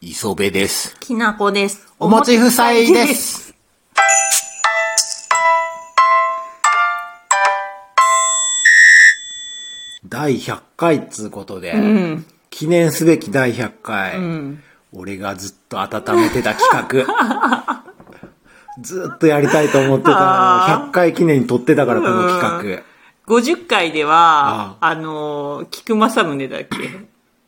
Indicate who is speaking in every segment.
Speaker 1: 磯部です。
Speaker 2: きなこです。
Speaker 1: おもち夫妻です。第100回っつうことで、記念すべき第100回、俺がずっと温めてた企画。 ずっとやりたいと思ってたのを100回記念に撮ってたから、この企画。
Speaker 2: 50回では、あのー、菊正宗だっけ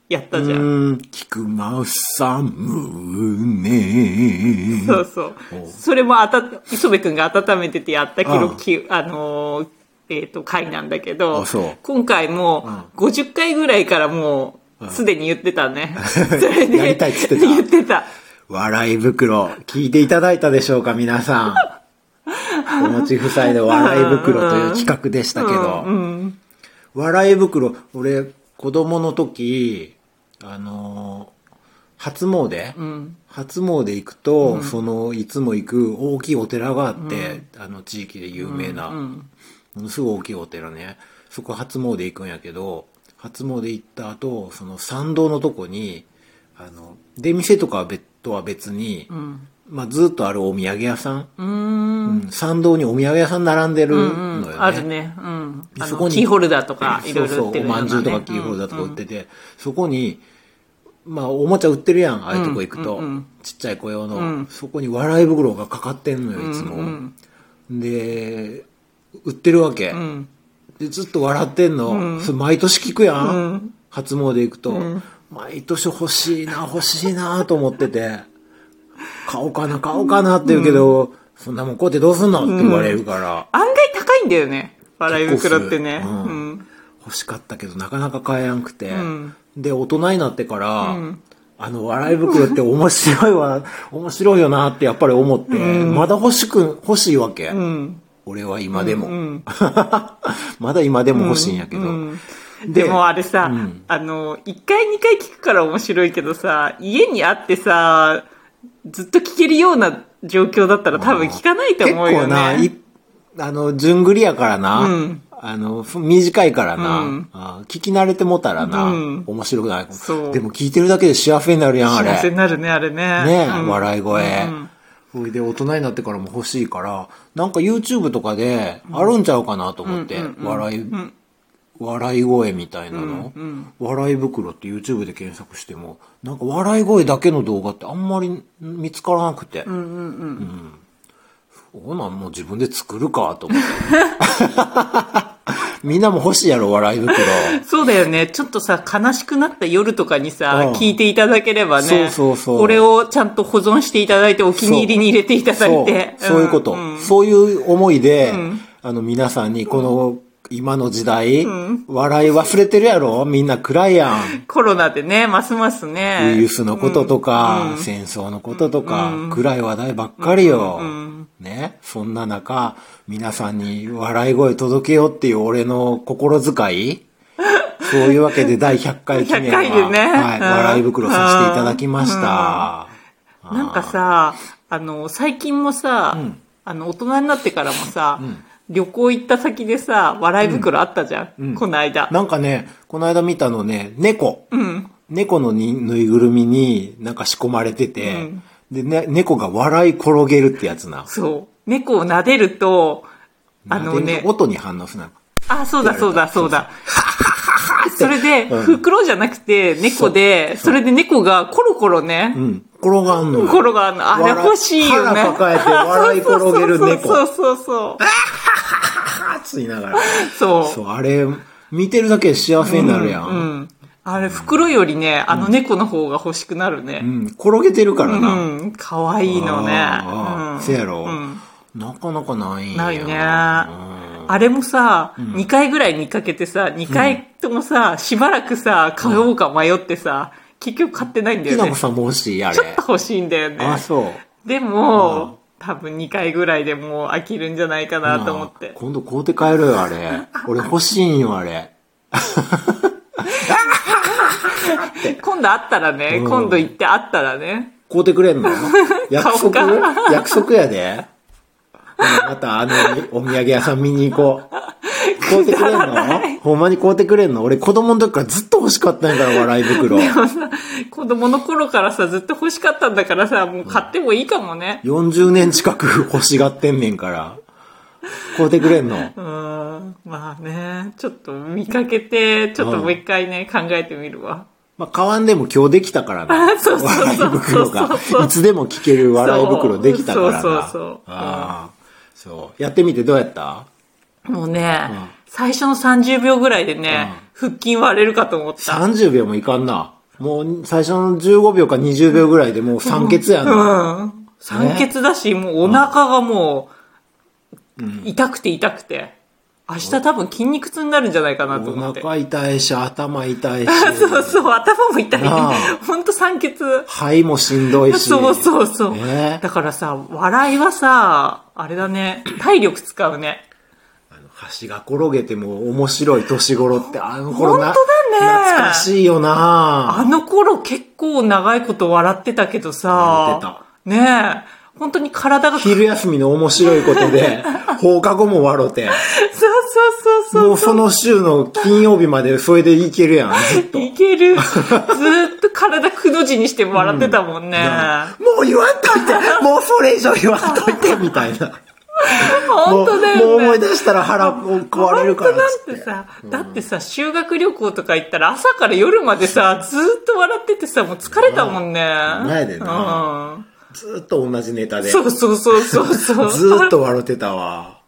Speaker 2: やったじゃ。
Speaker 1: うんん、菊間さん、ね
Speaker 2: そうそう。それもあた、磯部くんが温めててやったけ
Speaker 1: う
Speaker 2: ど、
Speaker 1: ん
Speaker 2: きあのー、えっ、と、回なんだけど
Speaker 1: あそう、
Speaker 2: 今回も、50回ぐらいからもう、すでに言ってたね。それで、
Speaker 1: やりたいっつってた
Speaker 2: 言ってた。
Speaker 1: 笑い袋、聞いていただいたでしょうか、皆さん。お持ち夫妻の笑い袋という企画でしたけど。笑い袋、俺、子供の時、あのー初詣、初詣行くと、その、いつも行く大きいお寺があって、あの、地域で有名な、ものすごい大きいお寺ね。そこ初詣行くんやけど、初詣行った後、その参道のとこに、あの、出店とかは別とは別に、まあずっとあるお土産屋さん、
Speaker 2: うーん。
Speaker 1: うん参道にお土産屋さん並んでるのよね。
Speaker 2: あるね。うん。あ
Speaker 1: そこ
Speaker 2: の、
Speaker 1: に
Speaker 2: キーホルダーとか、いろいろ売ってるよ
Speaker 1: そ
Speaker 2: う
Speaker 1: うそうおま
Speaker 2: なん
Speaker 1: じゅうとかキーホルダーとか売ってて、そこにまあおもちゃ売ってるやんああいうとこ行くと、ちっちゃい子用の、そこに笑い袋がかかってんのよいつも、で売ってるわけ、でずっと笑ってんの、それ毎年聞くやん、初詣行くと、毎年欲しいな欲しいなと思ってて買おうかな買おうかなって言うけど、そんなもんこうやってどうすんのって言われるから、
Speaker 2: 案外高いんだよね。笑い袋ってね。
Speaker 1: うん
Speaker 2: うん。
Speaker 1: 欲しかったけどなかなか買えなくて、で大人になってから、あの笑い袋って面白いわ 面白いよなってやっぱり思って、まだ欲しく欲しいわけ、俺は今でも、 まだ今でも欲しいんやけど、
Speaker 2: でもあれさ、あの、1回2回聞くから面白いけどさ、家にあってさ、ずっと聞けるような状況だったら多分聞かないと思うよ
Speaker 1: 結構な、
Speaker 2: ね。
Speaker 1: いあの、順繰りやからな、あの、ふ短いからな、あ聞き慣れてもたらな、面白くない
Speaker 2: そう
Speaker 1: でも聞いてるだけで幸せになるやん、あれ。
Speaker 2: 幸せになるね、あれね。
Speaker 1: ねえ、
Speaker 2: うん
Speaker 1: 笑い声。それで大人になってからも欲しいから、なんか YouTube とかであるんちゃうかなと思って、笑い、笑い声みたいなの、笑い袋って YouTube で検索しても、なんか笑い声だけの動画ってあんまり見つからなくて。うんそうなん、もう自分で作るかと思 って。みんなも欲しいやろ、笑い袋。
Speaker 2: そうだよね。ちょっとさ、悲しくなった夜とかにさ
Speaker 1: うん、
Speaker 2: 聞いていただければね。
Speaker 1: そうそうそう
Speaker 2: これをちゃんと保存していただいて、お気に入りに入れていただいて。
Speaker 1: そうそういうこと、
Speaker 2: んん
Speaker 1: そういう思いで、あの皆さんにこの今の時代、笑い忘れてるやろみんな暗いやん。
Speaker 2: コロナでね、ますます
Speaker 1: ウ
Speaker 2: ね。
Speaker 1: イルスのこととか、戦争のこととか、暗い話題ばっかりよ。ね。そんな中、皆さんに笑い声届けようっていう俺の心遣い。そういうわけで第100回記 念は、
Speaker 2: 100回でね
Speaker 1: はい、
Speaker 2: うん
Speaker 1: 笑い袋させていただきました。
Speaker 2: なんかさ、あの、最近もさ、あの、大人になってからもさ、旅行行った先でさ、笑い袋あったじゃん、この間。
Speaker 1: なんかね、この間見たのね、猫。猫のにぬいぐるみになんか仕込まれてて、で、ね、猫が笑い転げるってやつな。
Speaker 2: そう。猫を撫でると、あの
Speaker 1: なん
Speaker 2: ね
Speaker 1: て、音に反応するな。
Speaker 2: あ、そうだそうだそうだ。それで、
Speaker 1: うん
Speaker 2: 袋じゃなくて、猫で、それで猫がコロコロね、
Speaker 1: うん。転がんのよ。
Speaker 2: 心があんのあれ
Speaker 1: 笑
Speaker 2: 欲しいよね。
Speaker 1: 腹抱えて笑い転げる猫
Speaker 2: そうそうそ
Speaker 1: あ
Speaker 2: う
Speaker 1: ーっついながら。
Speaker 2: そう。そう
Speaker 1: そう、あれ、見てるだけで幸せになるやん。うん。
Speaker 2: うん。あれ、袋よりね、あの猫の方が欲しくなるね。
Speaker 1: 転げてるから
Speaker 2: う
Speaker 1: な。
Speaker 2: ん。かわいいの
Speaker 1: あー
Speaker 2: ね。
Speaker 1: あー
Speaker 2: うん
Speaker 1: せやろ、
Speaker 2: うん
Speaker 1: なかなかないんや
Speaker 2: ないね。
Speaker 1: うん
Speaker 2: あれもさ、2回ぐらい見かけてさ、2回ともさ、しばらくさ、買おうか迷ってさ、結局買ってないんだ
Speaker 1: き
Speaker 2: よ
Speaker 1: な
Speaker 2: ね
Speaker 1: こ。さんも欲しい、あれ。
Speaker 2: ちょっと欲しいんだよね
Speaker 1: あ、。そう。
Speaker 2: で
Speaker 1: うん
Speaker 2: も、多分2回ぐらいでもう飽きるんじゃないかなと思っ
Speaker 1: なあ
Speaker 2: て。
Speaker 1: 今度買うて帰ろよ、あれ。俺欲しいんよ、あれ。
Speaker 2: 今度会ったらね、
Speaker 1: うん
Speaker 2: 今度行って会ったらね。
Speaker 1: 買うてく れんの約束
Speaker 2: 買おう
Speaker 1: 約束やで。ほなまたあのお土産屋さん見に行こう。買うてくれん
Speaker 2: くだらな
Speaker 1: のほんまに買うてくれんの俺子供の時からずっと欲しかったんや から、笑い袋。
Speaker 2: 子供の頃からさ、ずっと欲しかったんだからさ、もう買ってもいいかもね。
Speaker 1: 40年近く 欲しがってんねんから。買うてくれんの
Speaker 2: うーん。まあね、ちょっと見かけて、ちょっともう一回ね、考えてみるわ。
Speaker 1: まあ、買わんでも今日できたからな。
Speaker 2: そうそうそうそう
Speaker 1: 笑い袋
Speaker 2: そうそう
Speaker 1: が。
Speaker 2: そう
Speaker 1: いつでも聞ける笑い袋できたからな。
Speaker 2: そうそうそう
Speaker 1: ああ。そう。やってみてどうやった
Speaker 2: もうね、最初の30秒ぐらいでね、腹筋割れるかと思った。
Speaker 1: ?30 秒もいかんな。もう最初の15秒か20秒ぐらいでもう酸欠や
Speaker 2: う
Speaker 1: な。
Speaker 2: ん。酸欠だし、もうお腹がもう、痛くて痛くて。明日多分筋肉痛になるんじゃないかなと思
Speaker 1: お
Speaker 2: って。
Speaker 1: 腹痛いし、頭痛いし、
Speaker 2: そうそう、頭も痛い。
Speaker 1: なあ
Speaker 2: ほんと酸欠。
Speaker 1: 肺もしんどいし。
Speaker 2: そうそうそう。
Speaker 1: ね
Speaker 2: だからさ、笑いはさ、あれだね、体力使うね。
Speaker 1: あの橋が転げても面白い年頃って、あの頃な、
Speaker 2: 本当だね
Speaker 1: 懐かしいよな
Speaker 2: あの頃結構長いこと笑ってたけどさ、ねえ、本当に体が、そう
Speaker 1: 昼休みの面白いこと で、放課後も笑うて。
Speaker 2: そうそう
Speaker 1: もうその週の金曜日までそれでいけるやん、ずっ
Speaker 2: そう、いける。ずーっと体くの字にして笑ってたもんね。
Speaker 1: と。もう言わんといてもうそれ以上言わんといてみたいな。
Speaker 2: 本当だよね。
Speaker 1: もうもう思い出したら腹壊れるからっ
Speaker 2: 本
Speaker 1: つ
Speaker 2: 当
Speaker 1: っ
Speaker 2: だってて。さ、だってさ、修学旅行とか行ったら朝から夜までさ、ずーっと笑っててさ、もう疲れたもんね。
Speaker 1: 前でな
Speaker 2: うん。
Speaker 1: ずっと同じネタで。
Speaker 2: そうそうそうそうそう。
Speaker 1: ずっと笑ってたわ。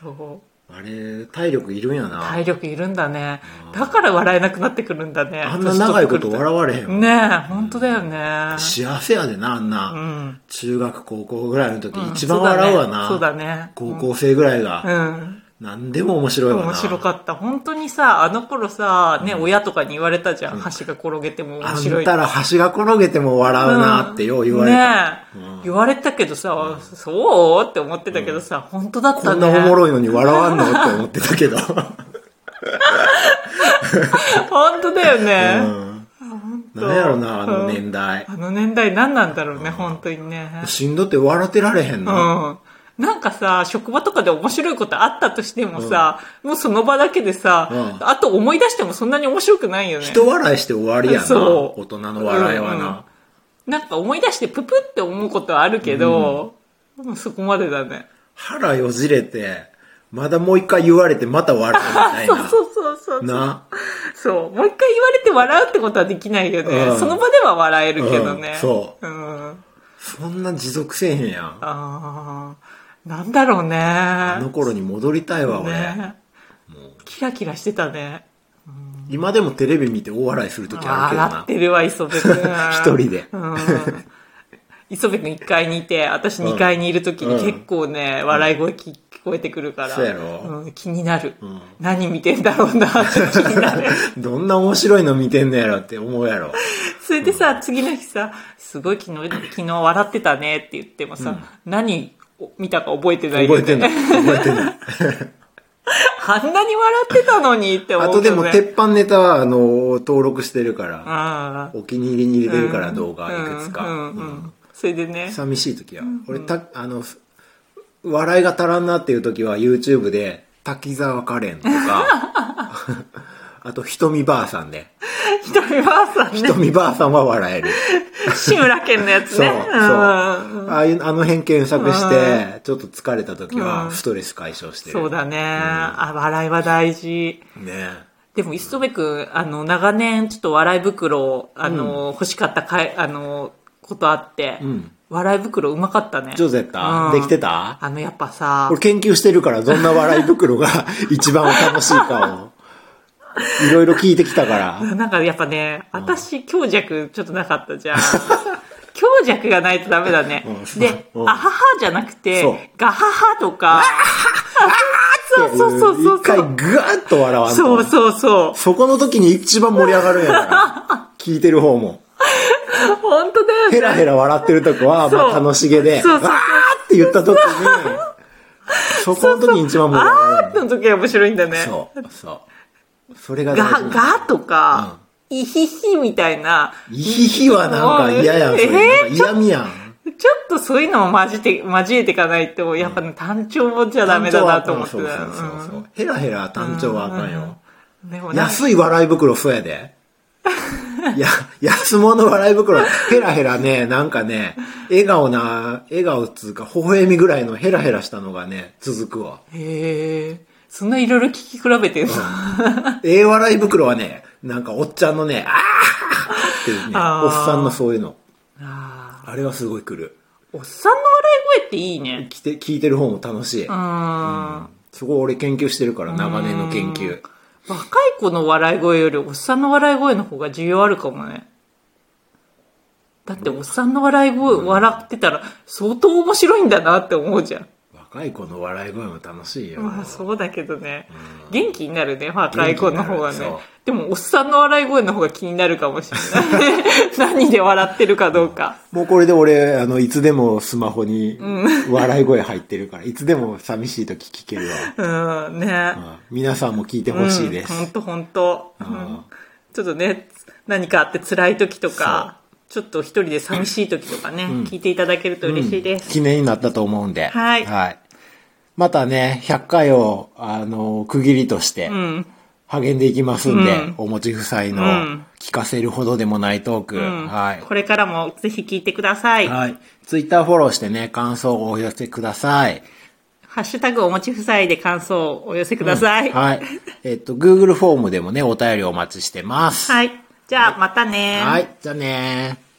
Speaker 2: そう。
Speaker 1: あれ、体力いるんやな。
Speaker 2: 体力いるんだね。だから笑えなくなってくるんだね。
Speaker 1: あんな長いこと笑われへん
Speaker 2: 年取ってくる
Speaker 1: わ
Speaker 2: と。ねえ、本当だよね。
Speaker 1: 幸せやでな、あんな。
Speaker 2: ん
Speaker 1: 中学、高校ぐらいの時、一番笑うわな。
Speaker 2: そうだねそう
Speaker 1: 高
Speaker 2: だね
Speaker 1: 校生ぐらいが。
Speaker 2: うん。
Speaker 1: 何でも面白いわな。
Speaker 2: 面白かった。本当にさ、あの頃さ、ね、親とかに言われたじゃん。橋が転げても面
Speaker 1: あ
Speaker 2: 白い
Speaker 1: ん
Speaker 2: ったて。
Speaker 1: ら橋が転げても笑うなってよう言われた。
Speaker 2: うんねえ言われたけどさ、そうって思ってたけどさ、本当だったね。
Speaker 1: こんなおもろいのに笑わんのって思ってたけど。
Speaker 2: 本当だよ
Speaker 1: う
Speaker 2: ね。
Speaker 1: ん。なんやろな、あの年代。
Speaker 2: あの年代何なんだろうね、本当にね。
Speaker 1: しんどって笑ってられへんな。
Speaker 2: うん。なんかさ、職場とかで面白いことあったとしてもさ、もうその場だけでさ、
Speaker 1: う
Speaker 2: あと思い出してもそんなに面白くないよね。
Speaker 1: 人笑いして終わりやな。
Speaker 2: そ
Speaker 1: 大
Speaker 2: う
Speaker 1: 人の笑いはな。
Speaker 2: なんか思い出してププって思うことはあるけど、もうそこまでだね。
Speaker 1: 腹よじれて、まだもう一回言われてまた笑うみたい
Speaker 2: そう
Speaker 1: な。
Speaker 2: そうそうそう。
Speaker 1: な。
Speaker 2: そう。もう一回言われて笑うってことはできないよね。
Speaker 1: うん
Speaker 2: その場では笑えるけどね。。
Speaker 1: うんそう
Speaker 2: うん。
Speaker 1: そんな持続せえへんやん。
Speaker 2: あーなんだろうね。
Speaker 1: あの頃に戻りたいわ、俺。
Speaker 2: ね。キラキラしてたね。
Speaker 1: 今でもテレビ見て大笑いするときあるけど
Speaker 2: 笑
Speaker 1: な
Speaker 2: っ。てるわ、磯部君
Speaker 1: 一人 で
Speaker 2: うん。磯部君1階にいて、私2階にいるときに結構ね、笑い声聞こえてくるから。
Speaker 1: そうやろ
Speaker 2: ん気になる、何見てんだろうなって気になる。
Speaker 1: どんな面白いの見てんのやろって思うやろ。
Speaker 2: それでさ、次の日さ、すごい昨日、昨日笑ってたねって言ってもさ、何を見たか覚えてないよ
Speaker 1: 覚えて
Speaker 2: ね。
Speaker 1: ない。 覚えてない。
Speaker 2: あんなに笑ってたのにって思
Speaker 1: あ
Speaker 2: う
Speaker 1: とで
Speaker 2: よね
Speaker 1: も、鉄板ネタは、あの、登録してるから、
Speaker 2: ああ。
Speaker 1: お気に入りに入れてるから、動画いくつか。
Speaker 2: うんうんう
Speaker 1: うん
Speaker 2: ん。それでね。
Speaker 1: 寂しい時は、俺た、あの、笑いが足らんなっていう時は、YouTube で、滝沢カレンと か、あと、ひとみばあさんね。
Speaker 2: ひとみばあさんね
Speaker 1: ひ。とみばあさんは笑 える。
Speaker 2: 志村けんのやつ
Speaker 1: そう、そう。
Speaker 2: ね。
Speaker 1: ああいう、あの辺検索して、ちょっと疲れた時
Speaker 2: う
Speaker 1: は、
Speaker 2: ん
Speaker 1: ストレス解消して
Speaker 2: うん
Speaker 1: る。
Speaker 2: そうだね。あ、笑いは大事。
Speaker 1: ね。
Speaker 2: でも、磯部くん、あの、長年、ちょっと笑い袋を、あの、欲しかったかい、あの、ことあって、
Speaker 1: ん
Speaker 2: 笑い袋うまかったね。
Speaker 1: ジョゼッタ、
Speaker 2: うん
Speaker 1: できてた
Speaker 2: あの、やっぱさ
Speaker 1: これ、研究してるから、どんな笑い袋 が一番楽しいかを、いろいろ聞いてきたから。
Speaker 2: なんかやっぱね、私、強弱ちょっとなかったじゃん。 強弱がないとダメだね
Speaker 1: う。ん
Speaker 2: で、
Speaker 1: うん
Speaker 2: あははじゃなく
Speaker 1: そう
Speaker 2: て、がははとか、 そうそうそうそうそう。
Speaker 1: 一回ぐわーっと笑わんと。
Speaker 2: そうそうそう。
Speaker 1: そこの時に一番盛り上がるんや から。聞いてる方も。
Speaker 2: 本当だよね。
Speaker 1: ヘラヘラ笑ってるとこは、
Speaker 2: そう
Speaker 1: まあ楽しげで、
Speaker 2: そうそうそう
Speaker 1: わーって言った時に、そこの時に一番盛り上がるん
Speaker 2: あーの時は面白いんだね。
Speaker 1: や。そう、そう。それが大
Speaker 2: が、
Speaker 1: 事なの。
Speaker 2: がとか、いひひみたいな、
Speaker 1: イヒヒはなんか嫌やん、それ。なんか嫌味やん。
Speaker 2: ちょっとそういうのも交えて、交えていかないと、やっぱね、単調もじゃダメだなと思ってた。
Speaker 1: 単調はあかんそうそうそうそう。ヘラヘラ単調はあかんよ。
Speaker 2: うんでもなんか
Speaker 1: 安い笑い袋そうや で。いや、安物笑い袋、ヘラヘラね、なんかね、笑顔な、笑顔っつうか、微笑みぐらいのヘラヘラしたのがね、続くわ。
Speaker 2: へえ。そんないろいろ聞き比べてんの、
Speaker 1: ええ笑い袋はね、なんかおっちゃんのね、あーっていうね、
Speaker 2: あー
Speaker 1: おっさんのそういうの。
Speaker 2: あ
Speaker 1: あれはすごい来る。
Speaker 2: ーおっさんの笑い声っていいね。
Speaker 1: 来て、聞いてる方も楽しい。
Speaker 2: うん。若
Speaker 1: そこ俺研究してるから、長年の研究。
Speaker 2: い子の笑い声よりおっさんの笑い声の方が需要あるかもね。だっておっさんの笑い声、笑ってたら相当面白いんだなって思うじゃん。
Speaker 1: 若い子の笑い声も楽しいよ。
Speaker 2: まあそうだけどね。元気になるね、若い子の方が
Speaker 1: 元気
Speaker 2: ね
Speaker 1: になるそう。
Speaker 2: でもおっさんの笑い声の方が気になるかもしれない。 何で笑ってるかどうか。
Speaker 1: もうこれで俺、あの、いつでもスマホに笑い声入ってるから、いつでも寂しい時聞けるわ。
Speaker 2: うん、ね。
Speaker 1: うん皆さんも聞いてほしいです。
Speaker 2: 本当本当。うん
Speaker 1: ん
Speaker 2: ちょっとね、何かあって辛い時とか、ちょっと一人で寂しい時とかね、聞いていただけると嬉しいです。
Speaker 1: 記念になったと思うんで。
Speaker 2: はい
Speaker 1: またね、100回を、あの、区切りとして、
Speaker 2: うん。
Speaker 1: 励んでいきますんで、
Speaker 2: うん
Speaker 1: お持ち夫妻
Speaker 2: う
Speaker 1: の
Speaker 2: ん
Speaker 1: 聞かせるほどでもないトーク。
Speaker 2: うん
Speaker 1: はい。
Speaker 2: これからもぜひ聞いてください。
Speaker 1: はい。ツイッターフォローしてね、感想をお寄せください。
Speaker 2: ハッシュタグお持ち夫妻で感想をお寄せください。
Speaker 1: はい。えっと、Google フォームでもね、お便りお待ちしてます。
Speaker 2: はい。じゃあ、またね
Speaker 1: はい。じゃあねー。